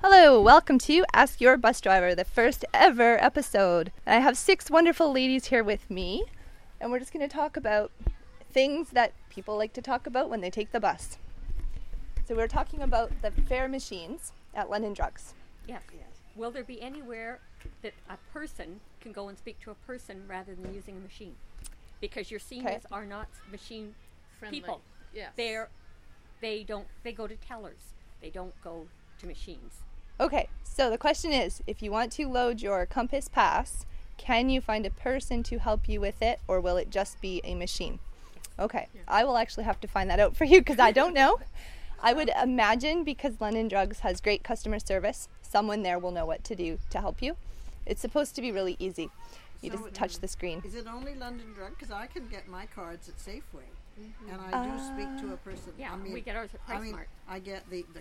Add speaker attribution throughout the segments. Speaker 1: Hello, welcome to Ask Your Bus Driver, the first ever episode. I have six wonderful ladies here with me, and we're just going to talk about things that people like to talk about when they take the bus. So, we're talking about the fare machines at London Drugs.
Speaker 2: Yes. Will there be anywhere that a person can go and speak to a person rather than using a machine? Because your seniors are not machine
Speaker 3: Friendly.
Speaker 2: people.
Speaker 3: Yes.
Speaker 2: They're they don't they go to tellers. They don't go to machines.
Speaker 1: Okay, so the question is if you want to load your Compass Pass, can you find a person to help you with it, or will it just be a machine? Okay, I will actually have to find that out for you because I don't know. I would imagine because London Drugs has great customer service, someone there will know what to do to help you. It's supposed to be really easy. You
Speaker 4: So
Speaker 1: just
Speaker 4: it
Speaker 1: touch
Speaker 4: is.
Speaker 1: the screen.
Speaker 4: Is it only London Drug? Because I can get my cards at Safeway, and I do speak to a person.
Speaker 2: Uh, yeah,
Speaker 4: I mean,
Speaker 2: we get ours at
Speaker 4: I
Speaker 2: Price
Speaker 4: mean,
Speaker 2: Mart.
Speaker 4: I get the the,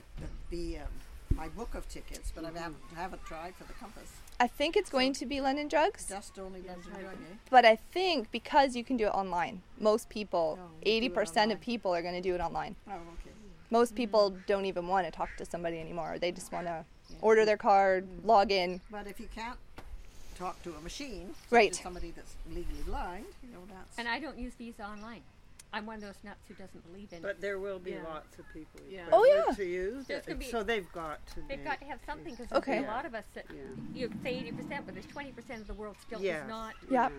Speaker 4: the, the um, my book of tickets, but I haven't, haven't tried for the Compass.
Speaker 1: I think it's going to be London Drugs,
Speaker 4: Just only London Drug. Eh?
Speaker 1: but I think because you can do it online, most people,
Speaker 4: No, we do it
Speaker 1: 80%
Speaker 4: online.
Speaker 1: of people are going to do it online.
Speaker 4: Oh, okay.
Speaker 1: most people don't even want to talk to somebody anymore. They just want to order their card, log in.
Speaker 4: But if you can't talk to a machine, such
Speaker 1: Right.
Speaker 4: as somebody that's legally blind, you know that's.
Speaker 2: And I don't use Visa online. I'm one of those nuts who doesn't believe in
Speaker 5: But there will be
Speaker 3: Yeah.
Speaker 5: lots of people
Speaker 3: Yeah.
Speaker 1: Oh,
Speaker 5: equipped
Speaker 1: yeah.
Speaker 5: to use
Speaker 2: There's gonna
Speaker 5: it.
Speaker 2: be-
Speaker 5: So they've got to.
Speaker 2: They've
Speaker 5: do-
Speaker 2: got to have something because there's
Speaker 1: Okay.
Speaker 2: a lot of us that
Speaker 5: Yeah.
Speaker 2: you say eighty percent, but there's twenty percent of the world still
Speaker 5: Yes.
Speaker 2: is not
Speaker 1: Yeah.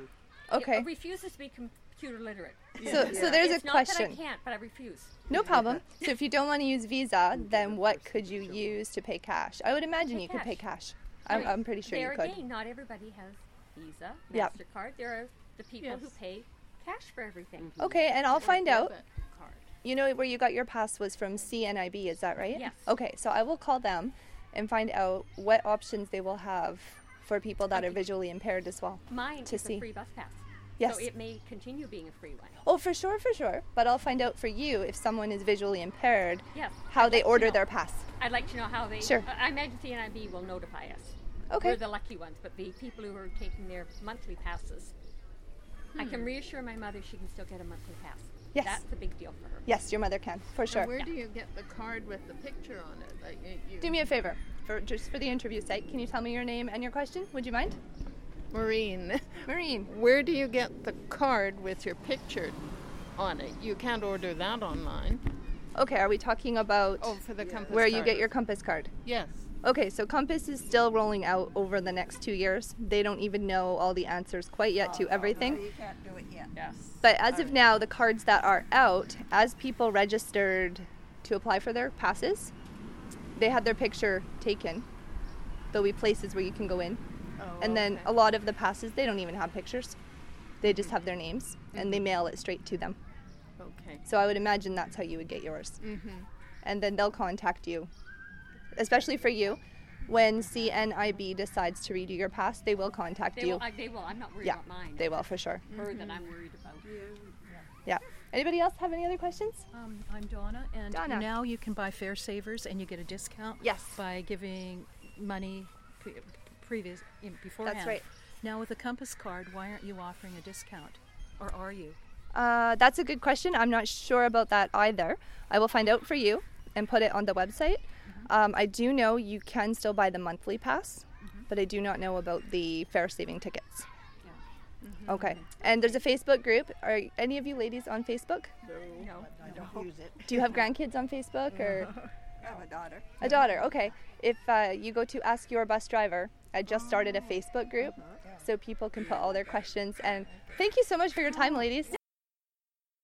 Speaker 1: Okay.
Speaker 2: it refuses to be computer literate.
Speaker 1: So, so there's
Speaker 2: it's
Speaker 1: a
Speaker 2: not
Speaker 1: question.
Speaker 2: that I can't, but I refuse.
Speaker 1: No problem. So if you don't want to use Visa,
Speaker 2: Mm-hmm.
Speaker 1: then what could you use to pay cash? I would imagine
Speaker 2: Pay
Speaker 1: you could pay cash.
Speaker 2: Right.
Speaker 1: I'm, I'm pretty sure
Speaker 2: there
Speaker 1: you could.
Speaker 2: again, not everybody has Visa,
Speaker 1: Yep.
Speaker 2: MasterCard. There are the people who
Speaker 3: Yes.
Speaker 2: pay cash for everything.
Speaker 1: Okay, and I'll find out.
Speaker 3: Debit Card.
Speaker 1: You know where you got your pass was from CNIB, is that right?
Speaker 2: Yes.
Speaker 1: Okay, so I will call them and find out what options they will have for people that are visually impaired as well.
Speaker 2: Mine
Speaker 1: To
Speaker 2: is
Speaker 1: see.
Speaker 2: a free bus pass.
Speaker 1: Yes.
Speaker 2: So it may continue being a free one.
Speaker 1: Oh, for sure, for sure. But I'll find out for you if someone is visually impaired,
Speaker 2: Yes,
Speaker 1: how
Speaker 2: I'd
Speaker 1: they
Speaker 2: like to
Speaker 1: order
Speaker 2: know.
Speaker 1: their pass.
Speaker 2: I'd like to know how they.
Speaker 1: Sure.
Speaker 2: I I imagine CNIB will notify us.
Speaker 1: Okay.
Speaker 2: We're the lucky ones, but the people who are taking their monthly passes. I can reassure my mother she can still get a monthly pass.
Speaker 1: Yes.
Speaker 2: That's a big deal for her.
Speaker 1: Yes, your mother can, for
Speaker 3: Now,
Speaker 1: sure.
Speaker 3: Where do you get the card with the picture on it? Like you, you-
Speaker 1: Do me a favor, for just for the interview's sake, can you tell me your name and your question? Would you mind?
Speaker 3: Maureen.
Speaker 1: Marine.
Speaker 3: Where do you get the card with your picture on it? You can't order that online.
Speaker 1: Okay, are we talking about
Speaker 3: Oh, for the compass.
Speaker 1: where you
Speaker 3: card.
Speaker 1: get your compass card?
Speaker 3: yes.
Speaker 1: Okay, so Compass is still rolling out over the next two years. They don't even know all the answers quite yet to everything.
Speaker 4: You can't do it yet.
Speaker 3: Yes.
Speaker 1: But as of now, the cards that are out, as people registered to apply for their passes, they had their picture taken. There'll be places where you can go in.
Speaker 2: Oh,
Speaker 1: and then a lot of the passes, they don't even have pictures. They just have their names and they
Speaker 2: Mm-hmm.
Speaker 1: mail it straight to them.
Speaker 3: Okay.
Speaker 1: So I would imagine that's how you would get yours. Mm-hmm. And then they'll contact you, especially for you. When CNIB decides to redo your pass, they will contact
Speaker 2: They
Speaker 1: you.
Speaker 2: will. I, they will. I'm not worried
Speaker 1: yeah,
Speaker 2: about mine.
Speaker 1: they will for sure.
Speaker 2: Her that I'm worried about.
Speaker 1: Yeah. Anybody else have any other questions?
Speaker 6: Um, I'm Donna, and
Speaker 1: Donna.
Speaker 6: now you can buy Fair Savers, and you get a discount.
Speaker 1: Yes.
Speaker 6: By giving money pre- previous in- beforehand.
Speaker 1: right.
Speaker 6: Now with the Compass card, why aren't you offering a discount, or are you?
Speaker 1: Uh, that's a good question. I'm not sure about that either. I will find out for you and put it on the website. Um, I do know you can still buy the monthly pass, but I do not know about the fare saving tickets. Okay. And there's a Facebook group. Are any of you ladies on Facebook?
Speaker 2: No.
Speaker 4: I don't use it.
Speaker 1: Do you have grandkids on Facebook or
Speaker 4: I have a daughter.
Speaker 1: a daughter? Okay. If uh, you go to Ask Your Bus Driver, I just started a Facebook group so people can put all their questions. And thank you so much for your time, ladies.